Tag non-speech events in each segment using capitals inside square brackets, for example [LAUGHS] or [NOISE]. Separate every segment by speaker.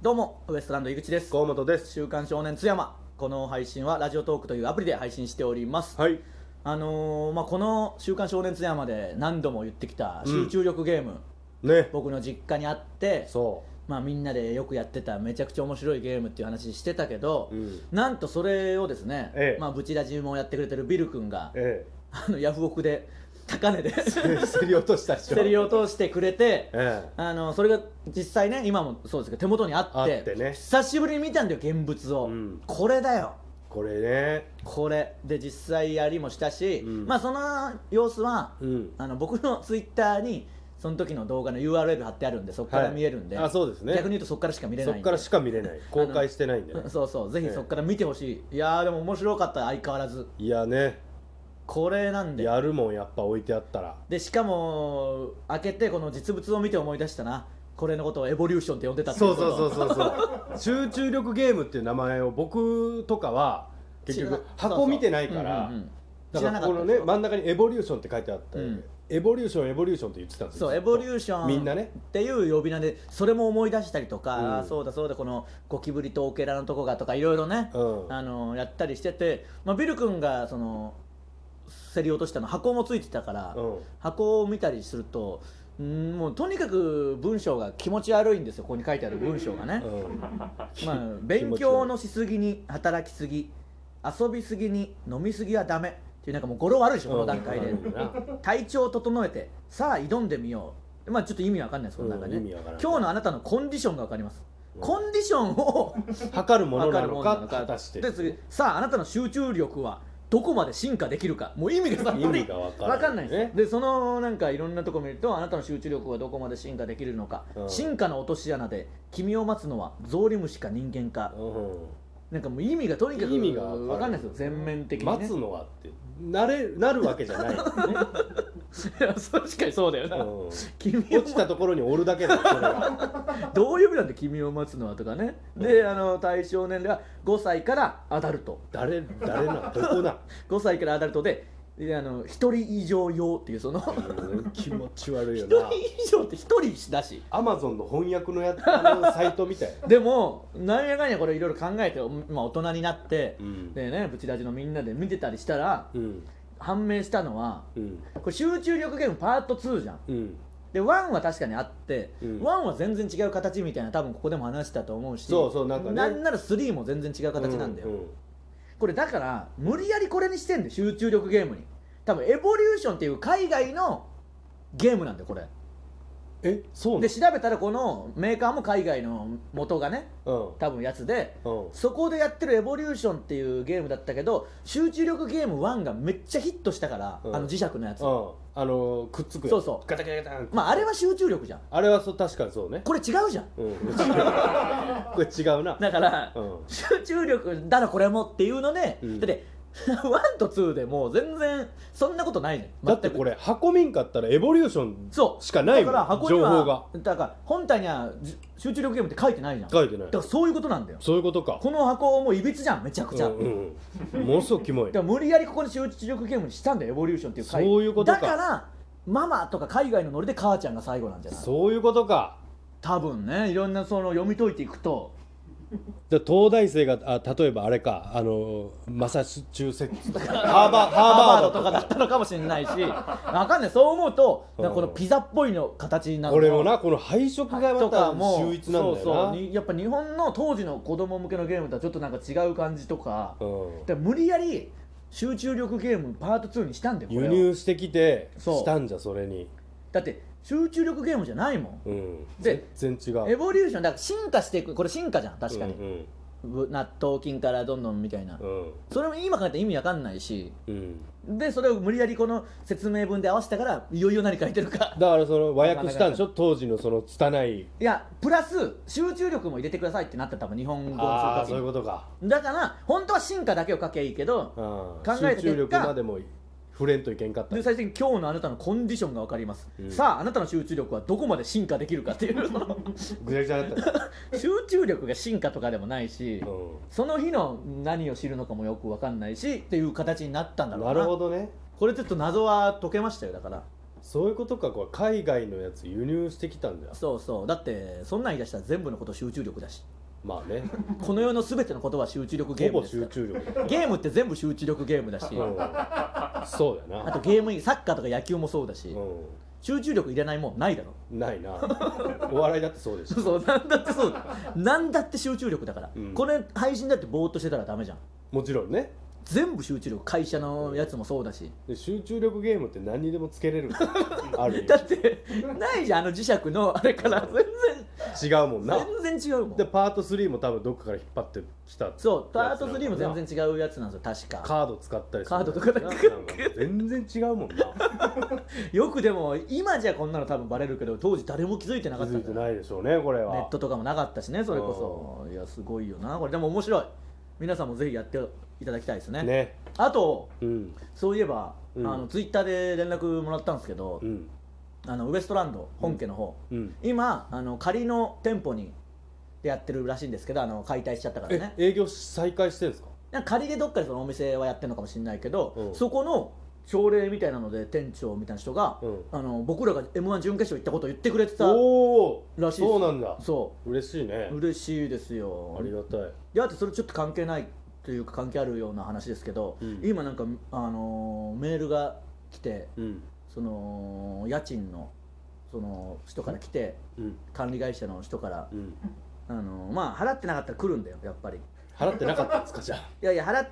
Speaker 1: どうもウエストランド井口です
Speaker 2: 河本です
Speaker 1: 週刊少年津山この配信はラジオトークというアプリで配信しております、
Speaker 2: はい
Speaker 1: あのーまあ、この「週刊少年津山」で何度も言ってきた集中力ゲーム、
Speaker 2: ね
Speaker 1: 僕の実家にあって、
Speaker 2: そ
Speaker 1: まあ、みんなでよくやってためちゃくちゃ面白いゲームっていう話してたけど、
Speaker 2: うん
Speaker 1: なんとそれをですね、
Speaker 2: ええ
Speaker 1: まあ、ブチラジもやってくれてるビル君が
Speaker 2: うえ
Speaker 1: あのヤフオクで高値で [LAUGHS]
Speaker 2: え [LAUGHS]
Speaker 1: 捨
Speaker 2: 競り落としたでしょ
Speaker 1: てりを通してくれて
Speaker 2: ええ
Speaker 1: あのそれが実際ね今もそうですけど手元にあって
Speaker 2: あってね
Speaker 1: 久しぶりに見たんだよ現物を、
Speaker 2: うん
Speaker 1: これだよ
Speaker 2: これね
Speaker 1: これで実際やりもしたし、
Speaker 2: うん
Speaker 1: まあその様子は、
Speaker 2: うん
Speaker 1: あの僕のツイッターにその時の動画の URL 貼ってあるんでそこから
Speaker 2: はい
Speaker 1: 見えるんで、
Speaker 2: あそうですね
Speaker 1: 逆に言うとそこからしか見れない
Speaker 2: そ
Speaker 1: んで
Speaker 2: っからしか見れない公開してないんで
Speaker 1: う
Speaker 2: ね
Speaker 1: んそうそうぜひそこから見てほしい、いやーでも面白かった相変わらず
Speaker 2: [LAUGHS] いやね
Speaker 1: これなんで
Speaker 2: やるもんやっぱ置いてあったら
Speaker 1: でしかも開けてこの実物を見て思い出したなこれのことをエボリューションって呼んでたってい
Speaker 2: そう
Speaker 1: こと
Speaker 2: そうそうそうそう [LAUGHS] 集中力ゲームっていう名前を僕とかは結
Speaker 1: 知ら
Speaker 2: 局箱見てないか
Speaker 1: う
Speaker 2: ら
Speaker 1: んうんうん
Speaker 2: だ
Speaker 1: 知
Speaker 2: か
Speaker 1: な
Speaker 2: ら
Speaker 1: か
Speaker 2: こ
Speaker 1: った
Speaker 2: の
Speaker 1: でし
Speaker 2: ね
Speaker 1: ょ
Speaker 2: 真ん中に「エボリューション」って書いてあったよね
Speaker 1: うん
Speaker 2: エボリューションエボリューションって言ってたんですよ
Speaker 1: そうエボリューション
Speaker 2: みんなね
Speaker 1: っていう呼び名でそれも思い出したりとか、
Speaker 2: うん
Speaker 1: あーそうだそうだこのゴキブリとオケラのとこがとかいろいろね、
Speaker 2: うん
Speaker 1: あのやったりしてて、まあ、ビル君がその競り落としたの箱もついてたから、
Speaker 2: うん
Speaker 1: 箱を見たりするとうんもうとにかく文章が気持ち悪いんですよここに書いてある文章がね、
Speaker 2: うん [LAUGHS]
Speaker 1: まあ、勉強のしすぎに働きすぎ遊びすぎに飲みすぎはダメっていうなんかもう語呂悪いでしょこの段階で
Speaker 2: うんうん
Speaker 1: 体調を整えてさあ挑んでみようまあちょっと意味わかんないですこの中ね、
Speaker 2: うん意味わからん
Speaker 1: 今日のあなたのコンディションがわかります、
Speaker 2: うん
Speaker 1: コンディションを
Speaker 2: 測るもの
Speaker 1: わ
Speaker 2: なのか果たして
Speaker 1: で次さああなたの集中力はどこまで進化できるかもう意味がさっぱ
Speaker 2: 意
Speaker 1: り
Speaker 2: 味がわからない
Speaker 1: わかんないです
Speaker 2: ね
Speaker 1: でそのなんかいろんなとこ見るとあなたの集中力はどこまで進化できるのか、
Speaker 2: うん
Speaker 1: 進化の落とし穴で君を待つのはゾウリムシか人間か、
Speaker 2: うん
Speaker 1: なんかもう意味がとにかく
Speaker 2: 意味が分
Speaker 1: 分かんないですよ全面的に、ね、
Speaker 2: 待
Speaker 1: [LAUGHS]
Speaker 2: つのはってなれなるわけじゃない、ね、
Speaker 1: いや確かにそうだよな、
Speaker 2: うん
Speaker 1: 君を
Speaker 2: 落ちたところにおるだけだそれは
Speaker 1: どういう意味なんで君を待つのはとかねであの対象年齢は5歳からアダルト
Speaker 2: 誰誰などこな、
Speaker 1: 5歳からアダルトでであの1人以上用っていうその1
Speaker 2: うん気持ち悪いよ
Speaker 1: 人
Speaker 2: な
Speaker 1: 以上って1人だし
Speaker 2: アマゾンの翻訳のやあのサイトみたい、
Speaker 1: でもなんやかんやこれいろいろ考えて、まあ、大人になって
Speaker 2: う、ん
Speaker 1: でねブチラジのみんなで見てたりしたら
Speaker 2: うん
Speaker 1: 判明したのは
Speaker 2: うん
Speaker 1: これ集中力ゲームパート2じゃん
Speaker 2: うん
Speaker 1: で1は確かにあって、
Speaker 2: うん
Speaker 1: 1は全然違う形みたいな多分ここでも話したと思うし
Speaker 2: そうそうなんかね
Speaker 1: なら3も全然違う形なんだよ、
Speaker 2: う
Speaker 1: これだから無理やりこれにしてんで集中力ゲームに多分エボリューションっていう海外のゲームなんだよこれ
Speaker 2: えそうな
Speaker 1: で調べたらこのメーカーも海外の元がね
Speaker 2: の
Speaker 1: 多分やつで
Speaker 2: うんうん
Speaker 1: そこでやってるエボリューションっていうゲームだったけど集中力ゲーム1がめっちゃヒットしたから、
Speaker 2: うん
Speaker 1: あの磁石のやつ、
Speaker 2: うんあのくっつくやつ
Speaker 1: そうそう
Speaker 2: ガタガタガタン
Speaker 1: まああれは集中力じゃん
Speaker 2: あれはそう確かにそうね
Speaker 1: これ違うじゃん
Speaker 2: うん違うこれ違うな
Speaker 1: だから、 [LAUGHS]
Speaker 2: うん
Speaker 1: 集中力だなこれもっていうので、
Speaker 2: うん
Speaker 1: だって [LAUGHS] 1と2でもう全然そんなことないね
Speaker 2: だってこれ箱民家ったらエボリューション
Speaker 1: そう
Speaker 2: しかないもん
Speaker 1: だから箱に
Speaker 2: 情
Speaker 1: は
Speaker 2: 報が
Speaker 1: だから本体にはじ集中力ゲームって書いてないじゃん
Speaker 2: 書いてない
Speaker 1: だからそういうことなんだよ
Speaker 2: そういうことか
Speaker 1: この箱もういびつじゃんめちゃくちゃ、
Speaker 2: うんうんうんものすごくキモい
Speaker 1: だから無理やりここに集中力ゲームにしたんだよエボリューションっていう回
Speaker 2: そういうことか
Speaker 1: だからママとか海外のノリで母ちゃんが最後なんじゃない
Speaker 2: そういうことか
Speaker 1: 多分ねいろんなその読み解いていくと
Speaker 2: じゃあ東大生があ例えばあれかあのマサチューセッ
Speaker 1: [LAUGHS]
Speaker 2: ツとかハーバーハーバード
Speaker 1: と
Speaker 2: と
Speaker 1: か
Speaker 2: か
Speaker 1: だったのかもしれないしわかんないそう思うとなんかこのピザっぽいの形になる
Speaker 2: これもなこの配色がま
Speaker 1: と
Speaker 2: た
Speaker 1: かも
Speaker 2: 秀逸なんだよ
Speaker 1: そうそう
Speaker 2: な
Speaker 1: にやっぱ日本の当時の子供向けのゲームとはちょっとなんか違う感じとか,、
Speaker 2: うん
Speaker 1: で無理やり集中力ゲームパート2にしたんだよこれ
Speaker 2: 輸
Speaker 1: を
Speaker 2: 入してきて
Speaker 1: そう
Speaker 2: したんじゃそれに
Speaker 1: だって集中力ゲームじゃないもん、
Speaker 2: うん
Speaker 1: で
Speaker 2: 全然違う
Speaker 1: エボリューションだから進化していくこれ進化じゃん確かに、
Speaker 2: うん
Speaker 1: ぶ納豆菌からどんどんみたいな、
Speaker 2: うんうん
Speaker 1: それも今からって意味わかんないし
Speaker 2: うん
Speaker 1: でそれを無理やりこの説明文で合わせたからいよいよ何書いてるか [LAUGHS]
Speaker 2: だからその和訳したんでしょ当時のその拙い
Speaker 1: いやプラス集中力も入れてくださいってなった多分日本語にする
Speaker 2: ああ
Speaker 1: 時
Speaker 2: そ
Speaker 1: に
Speaker 2: ういうことか
Speaker 1: だから本当は進化だけを書けばいいけど、
Speaker 2: うん
Speaker 1: 考えた結果
Speaker 2: 集中力ま
Speaker 1: [LAUGHS]
Speaker 2: でも触れんといけんかった
Speaker 1: で最終的に今日のあなたのコンディションが分かります、
Speaker 2: うん
Speaker 1: さああなたの集中力はどこまで進化できるかっていうその [LAUGHS]
Speaker 2: ぐちゃぐちゃだったね
Speaker 1: 集中力が進化とかでもないし、
Speaker 2: う
Speaker 1: その日の何を知るのかもよく分かんないしっていう形になったんだろ
Speaker 2: ん
Speaker 1: う
Speaker 2: なるほどね
Speaker 1: これちょっと謎は解けましたよだから
Speaker 2: そういうことかこれ海外のやつ輸入してきたんだよ
Speaker 1: そうそうだってそんなん言い出したら全部のこと集中力だし
Speaker 2: まあね
Speaker 1: この世の全てのことは集中力ゲーム
Speaker 2: ほぼ
Speaker 1: ですか
Speaker 2: 集
Speaker 1: ら
Speaker 2: 中力だ
Speaker 1: ゲームって全部集中力ゲームだし
Speaker 2: うんそうや
Speaker 1: あ
Speaker 2: な
Speaker 1: とゲーム以サッカーとか野球もそうだし、
Speaker 2: う
Speaker 1: 集中力入れないもんないだろ
Speaker 2: んないなお笑いだってそうで
Speaker 1: [LAUGHS]
Speaker 2: し
Speaker 1: そ
Speaker 2: ょ
Speaker 1: うそうなんだってそうなんだって集中力だから、
Speaker 2: うん
Speaker 1: これ配信だってぼーっとしてたらダメじゃん
Speaker 2: もちろんね
Speaker 1: 全部集中力会社のやつもそうだし、
Speaker 2: で集中力ゲームって何にでもつけれるある意
Speaker 1: だってないじゃんあの磁石のあれから
Speaker 2: 味違うもんな
Speaker 1: 全然全然違うもん
Speaker 2: でパート3も多分どっかから引っ張ってきた
Speaker 1: そうパート3も
Speaker 2: やつなんだ
Speaker 1: 全然違うやつなんですよ確か
Speaker 2: カード使ったりする
Speaker 1: カードとかなんか
Speaker 2: なんか全然違うもんな
Speaker 1: よくでも今じゃこんなの多分バレるけど当時誰も気づいてな
Speaker 2: 気
Speaker 1: かった
Speaker 2: づい
Speaker 1: か
Speaker 2: て
Speaker 1: ら
Speaker 2: ないでしょうねこれは
Speaker 1: ネットとかもなかったしねそれこそいやすごいよなこれでも面白い皆さんもぜひやっていただきたいですね
Speaker 2: ね
Speaker 1: あと
Speaker 2: うん
Speaker 1: そういえば、
Speaker 2: うん
Speaker 1: あのツイッターで連絡もらったんですけど、
Speaker 2: うん
Speaker 1: あのウエストランド本家の方、
Speaker 2: うん
Speaker 1: 今あの仮の店舗にでやってるらしいんですけどあの解体しちゃったから
Speaker 2: え
Speaker 1: ね
Speaker 2: 営業再開してんですか
Speaker 1: なんか仮でどっかでそのお店はやってるのかもしれないけど、
Speaker 2: うん
Speaker 1: そこの朝礼みたいなので店長みたいな人が、
Speaker 2: うん
Speaker 1: あの僕らが m 1準決勝行ったことを言ってくれてた
Speaker 2: おお
Speaker 1: らしいです
Speaker 2: そうなんだ
Speaker 1: そ
Speaker 2: 嬉しいね
Speaker 1: う嬉しいですよ
Speaker 2: ありがたい
Speaker 1: であとそれちょっと関係ないというか関係あるような話ですけど、
Speaker 2: うん
Speaker 1: 今なんか、あのーメールが来て
Speaker 2: うん
Speaker 1: その家賃のその人から来て
Speaker 2: うん
Speaker 1: 管理会社の人から
Speaker 2: う、ん
Speaker 1: あのーまあ払ってなかったら来るんだよやっぱり
Speaker 2: 払ってなかったんですかじゃ [LAUGHS] あ
Speaker 1: いやいや払っ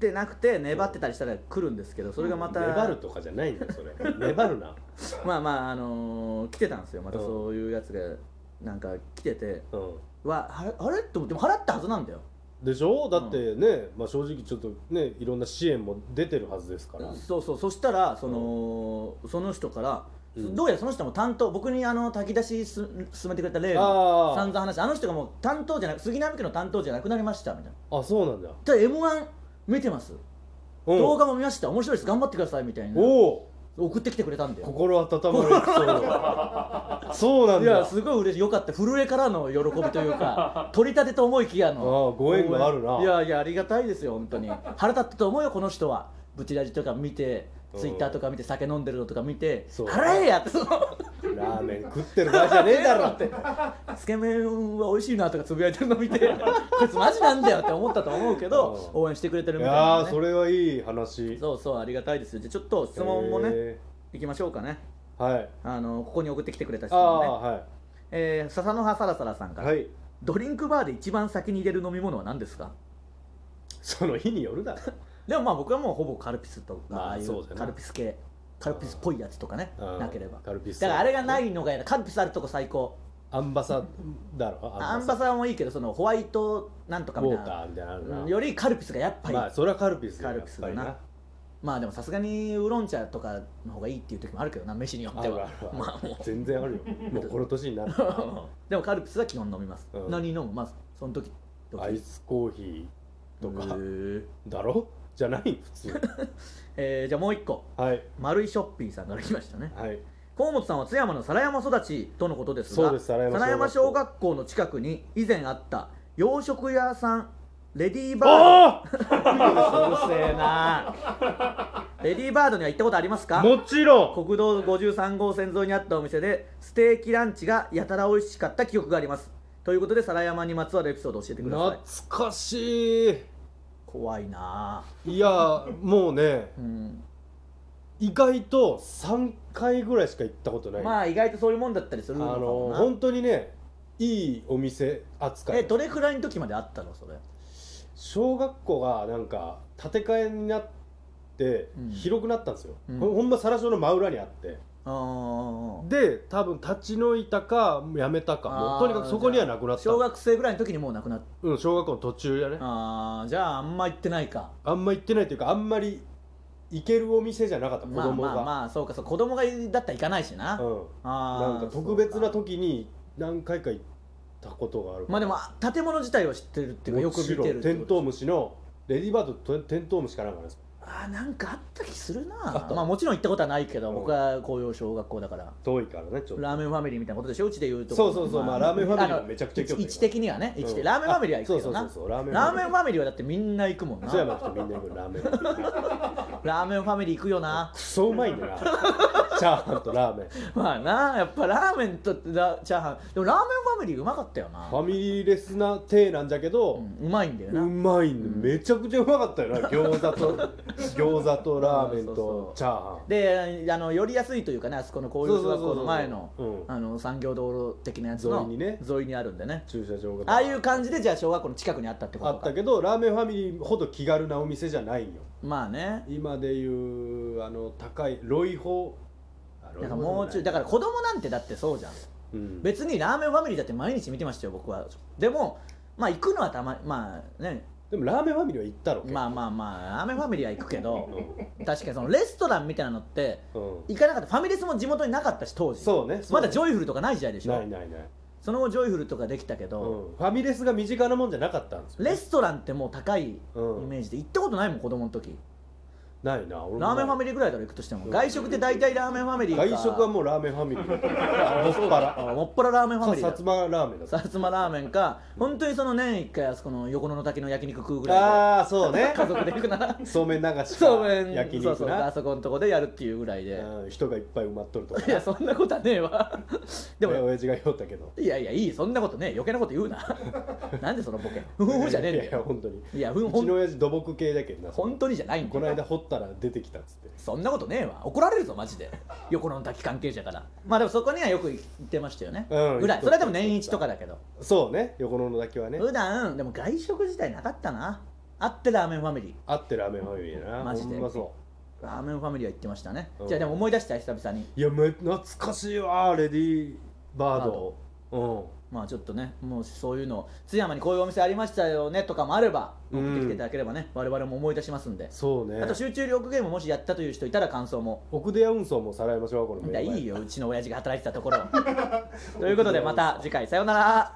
Speaker 1: てなくて粘ってたりしたら来るんですけどそれがまた、
Speaker 2: 粘るとかじゃないんだよそ [LAUGHS] れ粘るな
Speaker 1: まあまあ、あのー来てたんですよまた
Speaker 2: うん
Speaker 1: そういうやつがなんか来てて
Speaker 2: うん
Speaker 1: わあれあれと思ってでも払ったはずなんだよ
Speaker 2: でしょだってね、まあ、正直ちょっとねいろんな支援も出てるはずですから、
Speaker 1: そうそうそしたらその、その人から、
Speaker 2: うん
Speaker 1: どうやらその人も担当僕にあの炊き出しす進めてくれた例
Speaker 2: あ
Speaker 1: の
Speaker 2: ー
Speaker 1: 散々話あの人がもう担当じゃなく杉並区の担当じゃなくなりましたみたいな
Speaker 2: あそうなんだ、
Speaker 1: 「ただ m 1見てます、
Speaker 2: うん、
Speaker 1: 動画も見ました面白いです頑張ってください」みたいな
Speaker 2: おお
Speaker 1: 送ってきてくれたんだよ
Speaker 2: 心温まるエピソードそうなん
Speaker 1: い
Speaker 2: だ
Speaker 1: やすごい嬉しいよかった震えからの喜びという
Speaker 2: [LAUGHS]
Speaker 1: か取り立てと思いきやの
Speaker 2: ああご縁があるない
Speaker 1: やいやありがたいですよ本当に腹立ったと思うよこの人はブチラジとか見て
Speaker 2: うん
Speaker 1: ツイッターとか見て酒飲んでるのとか見て
Speaker 2: そう
Speaker 1: 払えやってその
Speaker 2: ラーメン食ってる場合じゃねえだろって
Speaker 1: [LAUGHS] つけ麺は美味しいなとかつぶやいてるの見て [LAUGHS] こいつマジなんだよって思ったと思うけど
Speaker 2: うん
Speaker 1: 応援してくれてる
Speaker 2: い
Speaker 1: みたいな
Speaker 2: や
Speaker 1: ね、
Speaker 2: ーそれはいい話
Speaker 1: そうそうありがたいですよじゃあちょっと質問もね
Speaker 2: へ
Speaker 1: いきましょうかね
Speaker 2: ーはい
Speaker 1: あのここに送ってきてくれた質
Speaker 2: あ
Speaker 1: 問
Speaker 2: あ
Speaker 1: ね、
Speaker 2: は
Speaker 1: えー、笹の葉サラサラさん
Speaker 2: い
Speaker 1: から、
Speaker 2: はい
Speaker 1: ドリンクバーで一番先に入れる飲み物は何ですか
Speaker 2: その日によるだろ
Speaker 1: でもまあ僕はもうほぼカルピスとか
Speaker 2: まあ
Speaker 1: ああい
Speaker 2: そう
Speaker 1: う
Speaker 2: だよね
Speaker 1: カルピス系カルピスっぽいやつとかね
Speaker 2: うん
Speaker 1: [LAUGHS] なければ
Speaker 2: カルピス
Speaker 1: だからあれがないのが嫌だカルピスあるとこ最高
Speaker 2: アンバサだろ
Speaker 1: アンバサダーもいいけどそのホワイトなんとか
Speaker 2: ウ
Speaker 1: み
Speaker 2: ォ
Speaker 1: たい
Speaker 2: ータ
Speaker 1: な
Speaker 2: ーみたいなのあるな
Speaker 1: うんよりカルピスがやっぱり
Speaker 2: まあそれはカルピスだよ
Speaker 1: カルピスだな
Speaker 2: やっ
Speaker 1: まあでもさすがにウーロン茶とかの方がいいっていう時もあるけどな飯によっ
Speaker 2: ぱ
Speaker 1: て
Speaker 2: りなある
Speaker 1: は
Speaker 2: あるある
Speaker 1: まあも
Speaker 2: 全然あるよもうこの年になる
Speaker 1: う [LAUGHS] でもカルピスは基本飲みます
Speaker 2: うん
Speaker 1: 何飲むまあその時々
Speaker 2: アイスコーヒーとか
Speaker 1: へー
Speaker 2: だろじゃない普
Speaker 1: [LAUGHS]
Speaker 2: 通
Speaker 1: えーじゃあもう一個
Speaker 2: はい
Speaker 1: 丸井ショッピーさんから来ましたね
Speaker 2: はい
Speaker 1: 河本さんは津山の皿山育ちとのことですが
Speaker 2: そうです皿山
Speaker 1: 小
Speaker 2: 小学校
Speaker 1: 学校の近くに以前あった洋食屋さんレディーバ
Speaker 2: あ
Speaker 1: ードうるせえなレディーバードには行ったことありますか
Speaker 2: あもちろん
Speaker 1: 国道53号線沿いにあったお店でステーキランチがやたら美味しかった記憶がありますということで皿山にまつわるエピソードを教えてください
Speaker 2: 懐かしい
Speaker 1: 怖いなあ
Speaker 2: いやもうね
Speaker 1: うん
Speaker 2: 意外と3回ぐらいしか行ったことない、
Speaker 1: まあ意外とそういうもんだったりする
Speaker 2: あ
Speaker 1: のか
Speaker 2: の
Speaker 1: もな、
Speaker 2: 本当にねいいお店扱
Speaker 1: え
Speaker 2: い
Speaker 1: どれくらいの時まであったのそれ
Speaker 2: 小学校がなんか建て替えになって
Speaker 1: うん
Speaker 2: 広くなったんですよ、
Speaker 1: うん
Speaker 2: ほほんま皿所の真裏にあって
Speaker 1: あー
Speaker 2: で多分立ち退いたかやめたかも
Speaker 1: あー
Speaker 2: うとにかくそこにはなくなった
Speaker 1: 小学生ぐらいの時にもう亡くなった
Speaker 2: うん、小学校の途中やねあ
Speaker 1: あーじゃああんま行ってないか
Speaker 2: んま行ってないというかあんまり行けるお店じゃなかった子
Speaker 1: まあ
Speaker 2: 供が、
Speaker 1: まあまあそうかそう子供がだったら行かないしな、
Speaker 2: うん、
Speaker 1: あー
Speaker 2: なんか特別な
Speaker 1: そうか
Speaker 2: 時に何回か行ったことがある
Speaker 1: まあでもあ建物自体は知ってるっていうかよく見てるって
Speaker 2: テントウ
Speaker 1: こ
Speaker 2: ムシのレディーバードとテントウムシかなんかです
Speaker 1: とあーなんかあった気する
Speaker 2: あっ
Speaker 1: な
Speaker 2: た
Speaker 1: まあもちろん行ったことはないけど、
Speaker 2: うん
Speaker 1: 僕は紅葉小学校だから
Speaker 2: 遠いからねちょっと
Speaker 1: ラーメンファミリーみたいなことでしょうちで言うと
Speaker 2: そうそうそうまあラーメンファミリーは
Speaker 1: あの
Speaker 2: めちゃくちゃ行くよ
Speaker 1: 位置的にはね位置的
Speaker 2: うん
Speaker 1: ラーメンファミリーは行くけどな
Speaker 2: あそうそうそうそうラーメンフ
Speaker 1: ラー
Speaker 2: ァミリ
Speaker 1: メ
Speaker 2: ー
Speaker 1: ンファミリーはだってみんな行くもんな
Speaker 2: 富山の人みんな行くラーメン
Speaker 1: ラーメンファミリー行くよな
Speaker 2: クソうまいんだなチャーハンとラーメンフ
Speaker 1: まあなやっぱラーメンとラチャーハンでもラーメンファミリーうまかったよな
Speaker 2: ァミリーレスな体なんじゃけど、
Speaker 1: うんうまいんだよ
Speaker 2: う
Speaker 1: な、
Speaker 2: まいんでめちゃくちゃうまかったよ
Speaker 1: [LAUGHS]
Speaker 2: な餃子と餃子とラーメン
Speaker 3: そうそうそ
Speaker 2: と
Speaker 3: う
Speaker 2: チャーハン
Speaker 1: であの寄りやすいというかねあそこの公立学校の前の
Speaker 2: そうそうそうそううん
Speaker 1: あの産業道路的なやつの
Speaker 2: 沿いにね
Speaker 1: 沿いにあるんでね
Speaker 2: 駐車場が
Speaker 1: ああいう感じでじゃあ小学校の近くにあったってこ
Speaker 2: あ
Speaker 1: と
Speaker 2: った
Speaker 1: か
Speaker 2: けどラーメンファミリーほど気軽なお店じゃないんよ
Speaker 1: まあね
Speaker 2: 今でいうあの高いロイホあロイ
Speaker 1: だ
Speaker 2: ホ
Speaker 1: からもうちょいだから子供なんてだってそうじゃん
Speaker 2: うん
Speaker 1: 別にラーメンファミリーだって毎日見てましたよ僕はでもまあ行くのはたままあね
Speaker 2: でもラーメンファミリーは行ったろ結構
Speaker 1: まあまあまあラーメンファミリーは行くけど確かにそのレストランみたいなのって
Speaker 2: うん
Speaker 1: 行かなかったファミレスも地元になかったし当時
Speaker 2: そうねそう
Speaker 1: ま
Speaker 2: ね
Speaker 1: だジョイフルとかない時代でしょ
Speaker 2: ないないない
Speaker 1: その後ジョイフルとかできたけ
Speaker 2: うん
Speaker 1: ど、
Speaker 2: ファミレスが身近なもんじゃなかったんですよ
Speaker 1: レストランってもう高いイ
Speaker 2: うん
Speaker 1: メージで行ったことないもん子供の時
Speaker 2: ないな俺も
Speaker 1: ラーメンファミ
Speaker 2: リ
Speaker 1: リーぐらいだろ行くとしても
Speaker 2: うん
Speaker 1: 外食って大体ラーメンファミリーか
Speaker 2: 外食はもうラーメンファミ
Speaker 1: [LAUGHS]
Speaker 2: リーあもっぱら
Speaker 1: あもっぱらラーメンファミ
Speaker 2: か
Speaker 1: リーだ
Speaker 2: さつまラーメンだった
Speaker 1: さつまラーメンか本当にその年一回あそこの横野の滝の焼肉食うぐら
Speaker 2: ああーそう
Speaker 1: いで [LAUGHS]
Speaker 2: ね
Speaker 1: 家族で行くなら
Speaker 2: [LAUGHS] そうめん流しか
Speaker 1: そうめん
Speaker 2: 焼
Speaker 1: そうそ
Speaker 2: 肉
Speaker 1: うあ
Speaker 2: な
Speaker 1: そこのとこでやるっていうぐらいで
Speaker 2: うん人がいっぱい埋まっとるとか
Speaker 1: いやそんなことはねえわで
Speaker 2: ね
Speaker 1: も
Speaker 2: 親父が言おったけど
Speaker 1: いやいやいいそんなことねえ余計なこと言う
Speaker 2: [LAUGHS]
Speaker 1: ななんでそのボケふふふじゃねえん
Speaker 2: い
Speaker 1: だ
Speaker 2: やいや
Speaker 1: よ
Speaker 2: 本当に
Speaker 1: いやふん
Speaker 2: う
Speaker 1: ほ
Speaker 2: ちの
Speaker 1: ん
Speaker 2: 親父土木系だけどな
Speaker 1: 本当にじゃないんだ
Speaker 2: こ
Speaker 1: よ
Speaker 2: の間掘ったら出てきたっつって
Speaker 1: そんなことねえわ怒られるぞマジで横の滝関係者からまあでもそこにはよく行ってましたよね、
Speaker 2: うん
Speaker 1: ぐらい
Speaker 2: 行っとった
Speaker 1: それはでも年一とかだけど
Speaker 2: そうね横野のだけはね
Speaker 1: 普段でも外食自体なかったなあってラーメンファミリー
Speaker 2: あってラーメンファミリーだな
Speaker 1: マジで
Speaker 2: ほんまそ
Speaker 1: ラーメンファミリーは行ってましたね、
Speaker 2: うん
Speaker 1: じゃあでも思い出した久々に
Speaker 2: ういやめ懐かしいわレディーバード
Speaker 1: まあちょっとねもうそういうのを津山にこういうお店ありましたよねとかもあれば送ってきていただければね、我々も思い出しますんで
Speaker 2: うん、そうね
Speaker 1: あと集中力ゲームもしやったという人いたら感想も
Speaker 2: 奥出屋運送もさらいましょうこの
Speaker 1: いや
Speaker 2: 目の前
Speaker 1: いいようちの親父が働いてたところということでまた次回さようなら